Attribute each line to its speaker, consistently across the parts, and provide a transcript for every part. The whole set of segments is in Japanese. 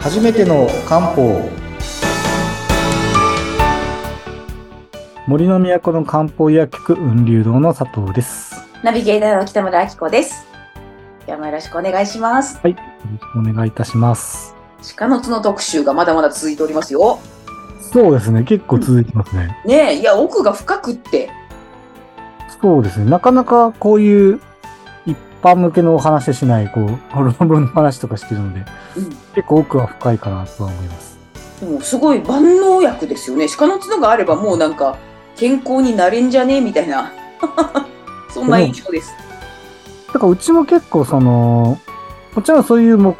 Speaker 1: 初めての漢方森の都の漢方薬局雲流堂の佐藤です
Speaker 2: ナビゲーターの北村明子です。今日もよろしくお願いします。
Speaker 1: はいよろしくお願いいたします
Speaker 2: 鹿の角特集がまだまだ続いておりますよ。
Speaker 1: そうですね結構続いてますね、
Speaker 2: ねえ、いや、奥が深くって。
Speaker 1: そうですねなかなかこういう一般向けのお話ししないこう論文の話とかしてるので
Speaker 2: うん。
Speaker 1: 結構奥は深いかなとは思います
Speaker 2: でも、すごい万能薬ですよね。鹿の角があればもうなんか、健康になれんじゃねえみたいな。 そんな印象です。
Speaker 1: だからうちも結構その、もちろんそういう目、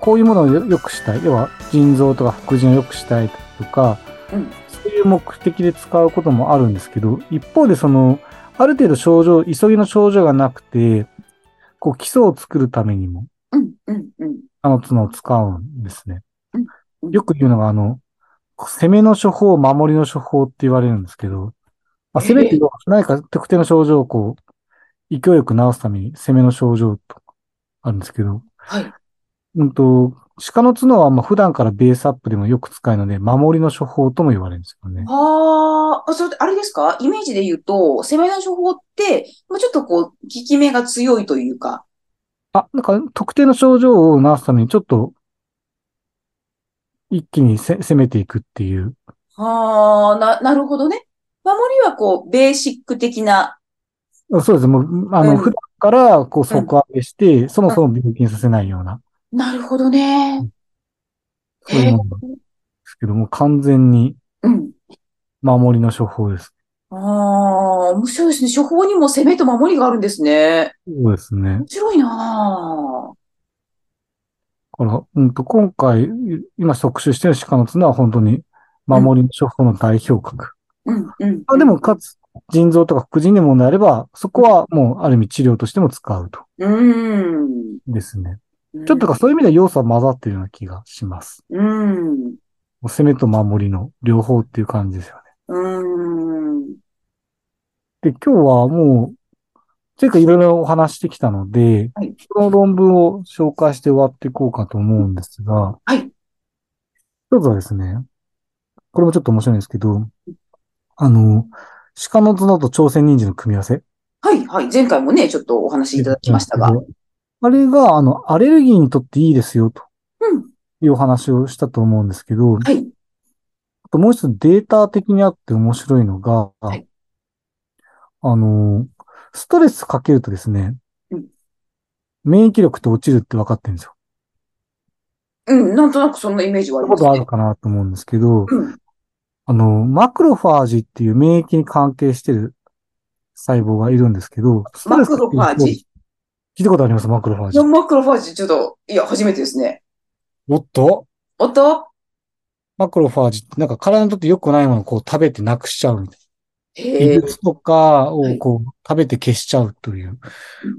Speaker 1: こういうものをよ良くしたい。要は腎臓とか副腎を良くしたいとか、
Speaker 2: うん
Speaker 1: そういう目的で使うこともあるんですけど、一方でその、ある程度症状、急ぎの症状がなくて、こう基礎を作るためにも、
Speaker 2: うん、うん、うん。
Speaker 1: あの角を使うんですね
Speaker 2: うんう。ん
Speaker 1: よく言うのが、あの、攻めの処方、守りの処方って言われるんですけど、まあ、攻めっていうのは何か特定の症状をこう、勢いよく治すために攻めの症状とかあるんですけど、
Speaker 2: はい。
Speaker 1: うんと、鹿の角はまあ普段からベースアップでもよく使うので、守りの処方とも言われるんですよね。
Speaker 2: あーあ、それってあれですかイメージで言うと、攻めの処方って、まあちょっとこう、効き目が強いというか。
Speaker 1: あ、なんか特定の症状を治すためにちょっと、一気にせ攻めていくっていう。
Speaker 2: ああ、な、なるほどね。守りはこう、ベーシック的な。
Speaker 1: あそうです。もう、あの、
Speaker 2: うん
Speaker 1: 普段から、こう、底上げして、そもそも病気にさせないような、
Speaker 2: なるほどね。
Speaker 1: そういうものなんですけども、完全に
Speaker 2: うん。
Speaker 1: 守りの処方です。
Speaker 2: ああ、面白いですね。処方にも攻めと守りがあるんですね。
Speaker 1: そうですね。
Speaker 2: 面白いな
Speaker 1: だから、うんと、今回、今特集してる鹿の角は本当に、守りの処方の代表格。
Speaker 2: あ。うん、うん。
Speaker 1: あでも、かつ、腎臓とか副腎で問題あれば、そこはもう、ある意味治療としても使うと。
Speaker 2: うー
Speaker 1: ですね。
Speaker 2: ん。
Speaker 1: ちょっとか、そういう意味では要素は混ざってるような気がします。
Speaker 2: うん。
Speaker 1: もう攻めと守りの両方っていう感じですよね。
Speaker 2: うん。
Speaker 1: で、今日はもう、というかいろいろお話してきたので、
Speaker 2: はい
Speaker 1: その論文を紹介して終わっていこうかと思うんですが、
Speaker 2: はい。
Speaker 1: 一つはですね、これもちょっと面白いんですけど、あの、鹿の角と朝鮮人参の組み合わせ。
Speaker 2: はい、はい。前回もね、ちょっとお話いただきましたが。。
Speaker 1: あれが、あの、アレルギーにとっていいですよ、と
Speaker 2: うん。
Speaker 1: いうお話をしたと思うんですけど、
Speaker 2: はい。
Speaker 1: あともう一つデータ的にあって面白いのが、
Speaker 2: はい
Speaker 1: あの、ストレスかけるとですね、
Speaker 2: うん
Speaker 1: 免疫力って落ちるって分かってるんですよ。
Speaker 2: うん。なんとなくそんなイメージはあ
Speaker 1: そうい
Speaker 2: り
Speaker 1: うこ
Speaker 2: ます
Speaker 1: とある
Speaker 2: ね。
Speaker 1: かなと思うんですけど、
Speaker 2: うん。
Speaker 1: あの、マクロファージっていう免疫に関係してる細胞がいるんですけど、ストレ
Speaker 2: マ
Speaker 1: ス
Speaker 2: クロファー
Speaker 1: かける
Speaker 2: ジ。
Speaker 1: と聞いたことありますマクロファー
Speaker 2: い
Speaker 1: ジ
Speaker 2: や、。マクロファージ、ちょっと、いや、初めてですね。
Speaker 1: おっと
Speaker 2: おっと
Speaker 1: マクロファージってなんか体にとって良くないものをこう食べてなくしちゃうみたいな。
Speaker 2: へえ
Speaker 1: 異。物とか
Speaker 2: は
Speaker 1: を
Speaker 2: い
Speaker 1: こう食べて消しちゃうという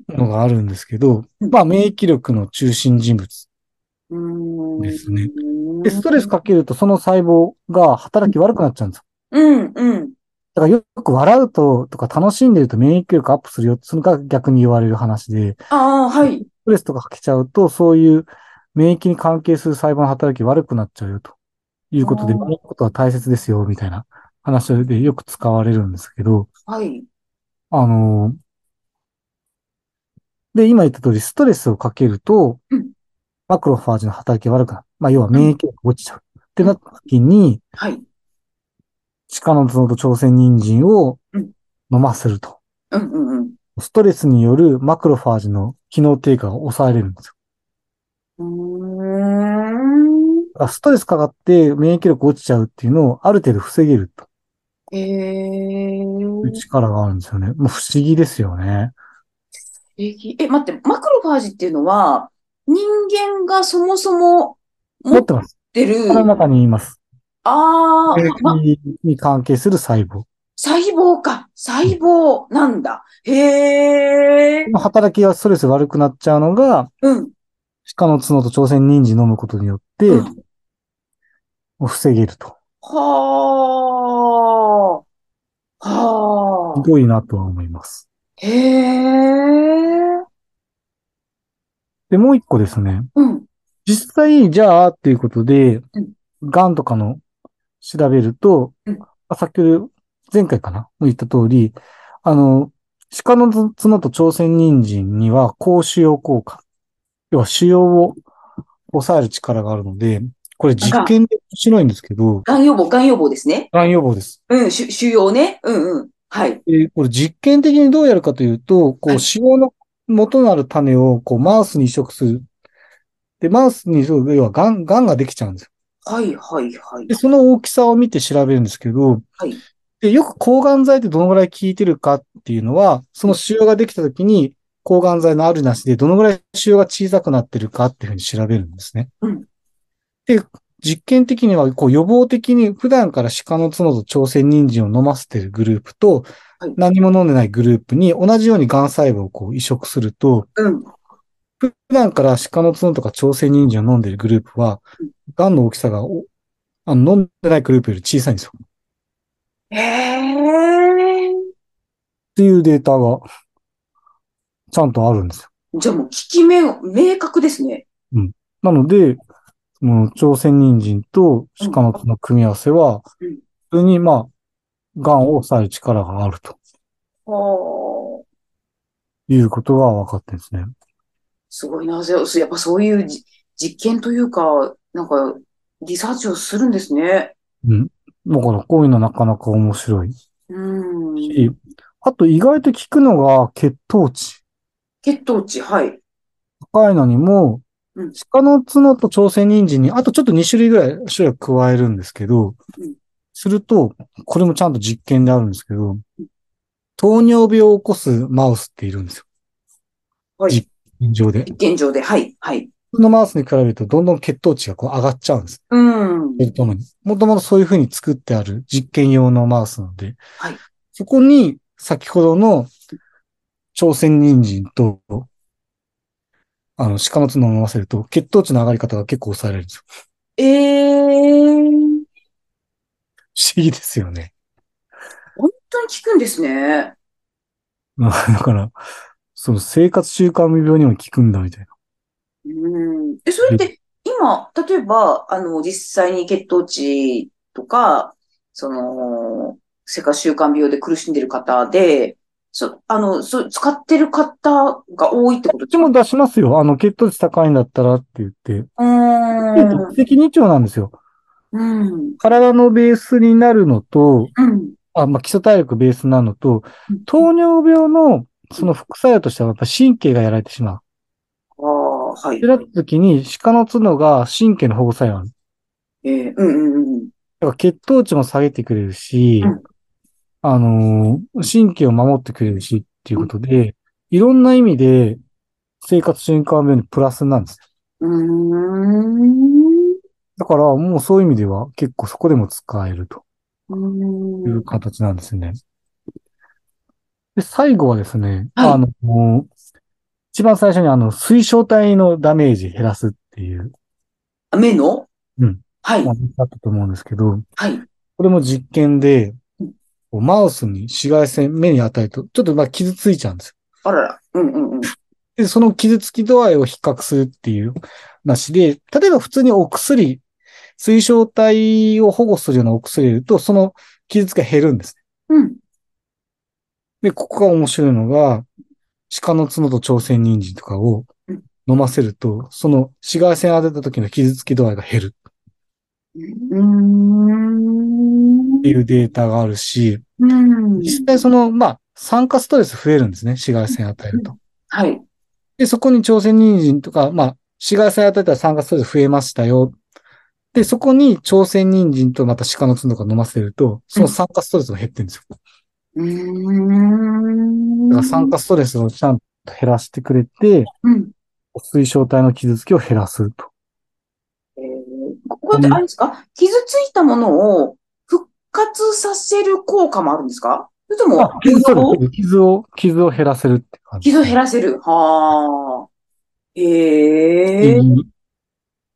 Speaker 1: のがあるんですけど、
Speaker 2: うん
Speaker 1: まあ免疫力の中心人物。
Speaker 2: うーん
Speaker 1: ですね。で、ストレスかけるとその細胞が働き悪くなっちゃうんですよ。
Speaker 2: うん、うん。
Speaker 1: だからよく笑うと、とか楽しんでると免疫力アップするよって、それが逆に言われる話で、ス
Speaker 2: ああ、はい。
Speaker 1: トレスとかかけちゃうと、そういう免疫に関係する細胞の働き悪くなっちゃうよということで、
Speaker 2: あー
Speaker 1: このことは大切ですよ、みたいな話でよく使われるんですけど、
Speaker 2: はい。
Speaker 1: あのーで、今言った通り、ストレスをかけると
Speaker 2: うん、
Speaker 1: マクロファージの働きが悪くなる。まあ、要は免疫力が落ちちゃう。ってなった時に、
Speaker 2: はい。
Speaker 1: 鹿の角と朝鮮人参を
Speaker 2: うん
Speaker 1: 飲ませると。
Speaker 2: うんうんうん。
Speaker 1: ストレスによるマクロファージの機能低下が抑えれるんですよ。
Speaker 2: うーん。
Speaker 1: だからストレスかかって免疫力落ちちゃうっていうのをある程度防げると
Speaker 2: へえ。
Speaker 1: いう力があるんですよね。もう不思議ですよね。
Speaker 2: え、待って、マクロファージっていうのは、人間がそもそも持
Speaker 1: 持
Speaker 2: っ
Speaker 1: ってます。
Speaker 2: てる、
Speaker 1: この中にいます。
Speaker 2: ああ、
Speaker 1: 免
Speaker 2: ま、
Speaker 1: 疫に関係する細胞。
Speaker 2: 細胞か。細胞なんだ。へえ
Speaker 1: こ。の働きがストレス悪くなっちゃうのが、
Speaker 2: うん。
Speaker 1: 鹿の角と朝鮮人参飲むことによって
Speaker 2: うん、
Speaker 1: 防げると。
Speaker 2: はあ。はあ
Speaker 1: す。ごいなとは思います。
Speaker 2: へえ。
Speaker 1: で、もう一個ですね。
Speaker 2: うん。
Speaker 1: 実際、じゃあ、っていうことで
Speaker 2: うん、
Speaker 1: ガンとかの調べると
Speaker 2: うん、
Speaker 1: あ先ほど、前回かなも言った通り、あの、鹿の角と朝鮮人参には高腫瘍効果。要は腫瘍を抑える力があるので、これ実験で面白いんですけど、
Speaker 2: がん予防、がん予防ですね。
Speaker 1: がん予防です。
Speaker 2: うん、し腫瘍ね。うんうん。はい。
Speaker 1: で、これ実験的にどうやるかというと、こ
Speaker 2: は
Speaker 1: う、
Speaker 2: い
Speaker 1: 腫瘍の元なる種を、こう、マウスに移植する。で、マウスに、要は、がん、がんができちゃうんですよ。
Speaker 2: はいはいはい
Speaker 1: で、。その大きさを見て調べるんですけど、
Speaker 2: はい
Speaker 1: で、よく抗がん剤ってどのぐらい効いてるかっていうのは、その腫瘍ができた時に、抗がん剤のあるなしで、どのぐらい腫瘍が小さくなってるかっていうふうに調べるんですね。
Speaker 2: うん
Speaker 1: で、実験的には、こう予防的に普段から鹿の角と朝鮮人参を飲ませてるグループと
Speaker 2: はい、
Speaker 1: 何も飲んでないグループに同じようにがん細胞をこう移植すると、
Speaker 2: うん。
Speaker 1: 普段から鹿の角とか朝鮮人参を飲んでいるグループは
Speaker 2: うん、
Speaker 1: がんの大きさがおあの飲んでないグループより小さいんですよ。っ
Speaker 2: へえ。
Speaker 1: ていうデータが、ちゃんとあるんですよ。
Speaker 2: じゃあもう効き目が明確ですね。
Speaker 1: なので、その朝鮮人参と鹿の角の組み合わせは
Speaker 2: うん、
Speaker 1: 普通に、まあ、がんを抑える力があると
Speaker 2: はあ。
Speaker 1: いうことが分かってるんですね。
Speaker 2: すごいな。そうやっぱそういうじ実験というか、なんか、リサーチをするんですね。
Speaker 1: うん。だから、こういうのはなかなか面白いし、
Speaker 2: うん。
Speaker 1: あと意外と効くのが血糖値。
Speaker 2: 血糖値、はい。
Speaker 1: 高いのにも
Speaker 2: うん、
Speaker 1: 鹿の角と朝鮮人参に、あとちょっと2種類ぐらい種類を加えるんですけど
Speaker 2: うん、
Speaker 1: すると、これもちゃんと実験であるんですけど、糖尿病を起こすマウスっているんですよ。
Speaker 2: はい
Speaker 1: じ。現状で。
Speaker 2: 現状で、はい、はい。
Speaker 1: 普通のマウスに比べると、どんどん血糖値がこう上がっちゃうんです。
Speaker 2: うん。
Speaker 1: それともに。もともとそういうふうに作ってある実験用のマウスなので、
Speaker 2: はい
Speaker 1: そこに先ほどの朝鮮人参と、あの、鹿の角を飲ませると、血糖値の上がり方が結構抑えられるんですよ。
Speaker 2: ええー、
Speaker 1: 不思議ですよね。
Speaker 2: 本当に効くんですね。
Speaker 1: まあだから、その生活習慣病にも効くんだみたいな。
Speaker 2: うん。え、それって、今、例えば、あの、実際に血糖値とか、その、生活習慣病で苦しんでる方で、そ、あの、そう、使ってる方が多いってこと
Speaker 1: うちも出しますよ。あの、血糖値高いんだったらって言って。
Speaker 2: うーん。
Speaker 1: 一石二鳥なんですよ。
Speaker 2: うん。
Speaker 1: 体のベースになるのと、
Speaker 2: うん。
Speaker 1: あ、まあ、基礎体力ベースなのと
Speaker 2: うん、
Speaker 1: 糖尿病のその副作用としてはやっぱ神経がやられてしまう。
Speaker 2: ああ、はい
Speaker 1: で。なった時に鹿の角が神経の保護作用ある。
Speaker 2: えー、うんうんうん。
Speaker 1: だから血糖値も下げてくれるし
Speaker 2: うん、
Speaker 1: あのー神経を守ってくれるしっていうことで、いろんな意味で生活習慣病にプラスなんです。
Speaker 2: うーん。
Speaker 1: だからもうそういう意味では結構そこでも使えると
Speaker 2: う
Speaker 1: い
Speaker 2: ーん
Speaker 1: う形なんですね。で、最後はですね、
Speaker 2: はい
Speaker 1: あの、もう一番最初にあの、水晶体のダメージ減らすっていう、
Speaker 2: あ目の
Speaker 1: うん。
Speaker 2: はい
Speaker 1: まあ、。だったと思うんですけど、
Speaker 2: はい。
Speaker 1: これも実験で
Speaker 2: うん、
Speaker 1: こうマウスに紫外線、目に与えると、ちょっとまあ傷ついちゃうんですよ。
Speaker 2: あらら。うんうんうん。
Speaker 1: で、その傷つき度合いを比較するっていう話で、例えば普通にお薬、水晶体を保護するようなお薬を入れると、その傷つきが減るんです。
Speaker 2: うん。
Speaker 1: で、ここが面白いのが、鹿の角と朝鮮人参とかを
Speaker 2: うん
Speaker 1: 飲ませると、その紫外線当てた時の傷つき度合いが減る
Speaker 2: うーん
Speaker 1: っていうデータがあるし、
Speaker 2: うん。
Speaker 1: 実際その、まあ、酸化ストレス増えるんですね、紫外線与えると。
Speaker 2: はい。
Speaker 1: で、そこに朝鮮人参とか、まあ、紫外線与えたら酸化ストレス増えましたよ。で、そこに朝鮮人参とまた鹿の角とか飲ませると、その酸化ストレスも減ってるんですよ。
Speaker 2: うーん。
Speaker 1: だから酸化ストレスをちゃんと減らしてくれて、
Speaker 2: うん。
Speaker 1: 水晶体の傷つきを減らすと。
Speaker 2: えーここってあれですか傷ついたものを復活させる効果もあるんですかそれとも
Speaker 1: あ、、傷傷を、傷を減らせるって感じ。
Speaker 2: 傷を減らせる。はあ。ええー。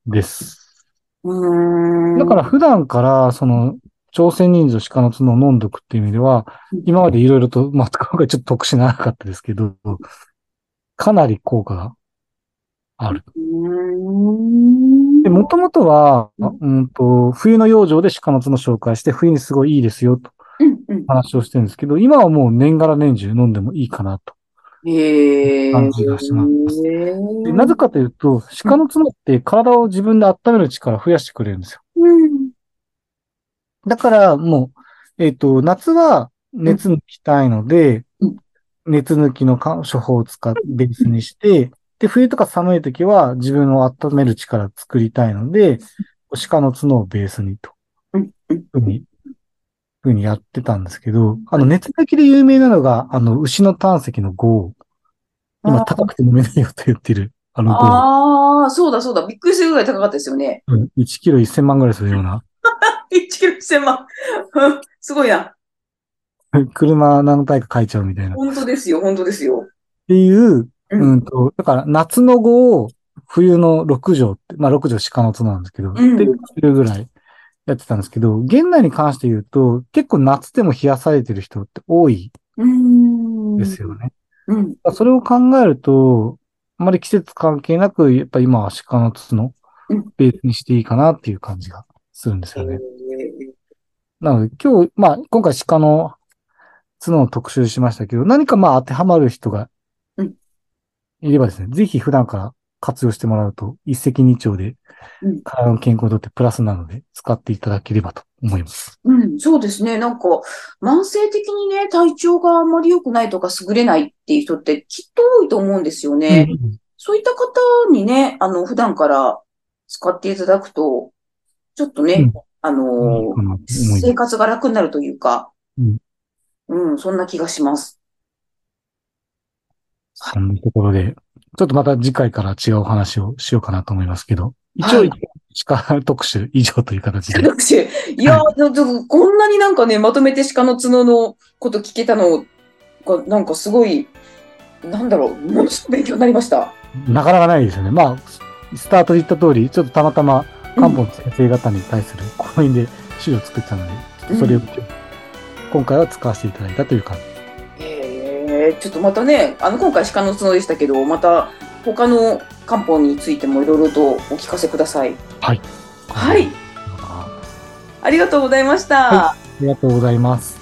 Speaker 1: です。
Speaker 2: うーん。
Speaker 1: だから、普段から、その、朝鮮人参と鹿の角を飲んどくっていう意味では
Speaker 2: うん、
Speaker 1: 今までいろいろと、まあ、今回ちょっと特殊ならなかったですけど、かなり効果がある。
Speaker 2: うーん。
Speaker 1: で、もともとは、
Speaker 2: うん
Speaker 1: うんと、冬の養生で鹿の角紹介して、冬にすごいいいですよ、と
Speaker 2: うんうん。
Speaker 1: 話をしてるんですけど、今はもう年がら年中飲んでもいいかなと。
Speaker 2: へえ。
Speaker 1: 感じがしますでなぜ
Speaker 2: か、
Speaker 1: かというと、鹿の角って体を自分で温める力を増やしてくれるんですよ。
Speaker 2: うん。
Speaker 1: だから、もう、えっ、と、夏は熱抜きたいので、
Speaker 2: うん
Speaker 1: 熱抜きのか処方を使って、ベースにして、で、冬とか寒い時は自分を温める力を作りたいので、鹿の角をベースにと、
Speaker 2: うんうん
Speaker 1: ふうに、ふうにやってたんですけど、あの、熱抜きで有名なのが、あの、牛の胆石の号。今、高くて飲めないよと言ってる、あの号。
Speaker 2: ああ、そうだそうだ。びっくりするぐらい高かったですよね。
Speaker 1: うん1キロ1000万ぐらいするような。
Speaker 2: 1キロ1000万。 うんすごいな。
Speaker 1: 車何台か買えちゃうみたいな。
Speaker 2: 本当ですよ、本当ですよ。
Speaker 1: っていう、
Speaker 2: うん
Speaker 1: うんと、だから夏の語を冬の六条って、まあ六条鹿の角なんですけど、
Speaker 2: うん
Speaker 1: っていうぐらいやってたんですけど、現代に関して言うと、結構夏でも冷やされてる人って多い
Speaker 2: うーん。
Speaker 1: んですよね。
Speaker 2: うん。
Speaker 1: それを考えると、あまり季節関係なく、やっぱ今は鹿の角
Speaker 2: うん
Speaker 1: ベースにしていいかなっていう感じがするんですよね。
Speaker 2: へ
Speaker 1: なので今日、まあ今回鹿の角の特集しましたけど、何かまあ当てはまる人が
Speaker 2: うん
Speaker 1: いればですね、ぜひ普段から活用してもらうと一石二鳥で
Speaker 2: うん
Speaker 1: 体の健康にとってプラスなので使っていただければと思います。
Speaker 2: ーうん、そうですね。なんか、慢性的にね、体調があんまり良くないとか優れないっていう人ってきっと多いと思うんですよね。
Speaker 1: うん
Speaker 2: そういった方にね、あの、普段から使っていただくと、ちょっとね、
Speaker 1: うん
Speaker 2: あの
Speaker 1: いいか
Speaker 2: ー、
Speaker 1: なと思いま
Speaker 2: 生活が楽になるというか、
Speaker 1: うん
Speaker 2: うん、そんな気がします。
Speaker 1: す。そんなところで、ちょっとまた次回から違うお話をしようかなと思いますけど、一
Speaker 2: は
Speaker 1: 応
Speaker 2: い、
Speaker 1: 鹿特集以上という形で。
Speaker 2: 特集いやー、ちょっとこんなになんかね、まとめて鹿の角のこと聞けたのが、なんかすごい、なんだろう、ものすごく勉強になりました。
Speaker 1: なかなかないですよね。まあ、スタートで言った通り、ちょっとたまたま漢方の先生方に対する講演で資料を作ったので、ちょっとそれを今日今回は使わせていただいたという感じ。
Speaker 2: えー、ちょっとまたね、あの、今回鹿の角でしたけど、また他の漢方についてもいろいろとお聞かせください。はい。
Speaker 1: あ
Speaker 2: ありがとうございました。
Speaker 1: ありがとうございます。